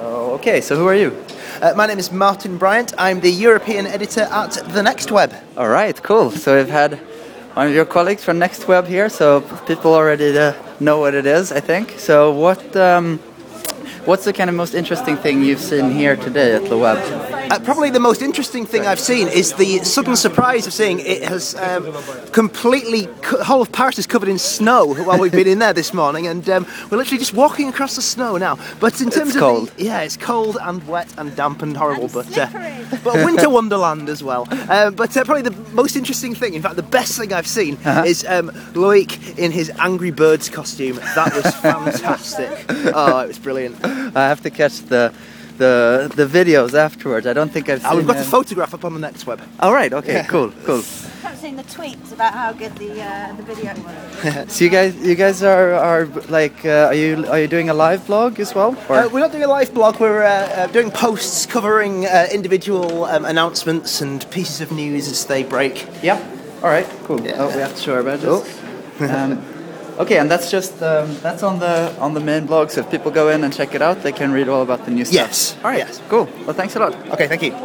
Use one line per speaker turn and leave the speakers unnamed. Oh, Okay, so who are you?
Uh, my name is Martin Bryant. I'm the European editor at The Next Web.
All right, cool. So we've had one of your colleagues from Next Web here, so people already uh, know what it is, I think. So what? Um, What's the kind of most interesting thing you've seen here today at the web?
Uh, probably the most interesting thing I've seen is the sudden surprise of seeing it has um, completely co- whole of Paris is covered in snow while we've been in there this morning, and um, we're literally just walking across the snow now. But in terms
It's
of
cold.
the- yeah, it's cold and wet and damp and horrible,
And
but uh,
slippery.
but a winter wonderland as well. Um, but uh, probably the most interesting thing, in fact, the best thing I've seen is um, Loic in his Angry Birds costume. That was fantastic. oh, it was brilliant.
I have to catch the the the videos afterwards. I don't think I've seen.
Uh, we've got the
them.
photograph up on the next web.
All right. Okay. Cool. Cool.
I've seen the tweets about how good the uh, the video was.
So you guys, you guys are are like, uh, are you are you doing a live blog as well? Or-
Uh, we're not doing a live blog. We're uh, uh, doing posts covering uh, individual um, announcements and pieces of news as they break.
yeah. All right. Cool.
Yeah. Oh.
Oh, we have to show our badges. um, okay, and that's just um, that's on the on the main blog. So if people go in and check it out, they can read all about the new stuff.
Yes.
All right.
Yes.
Cool. Well, thanks a lot.
Okay, thank you.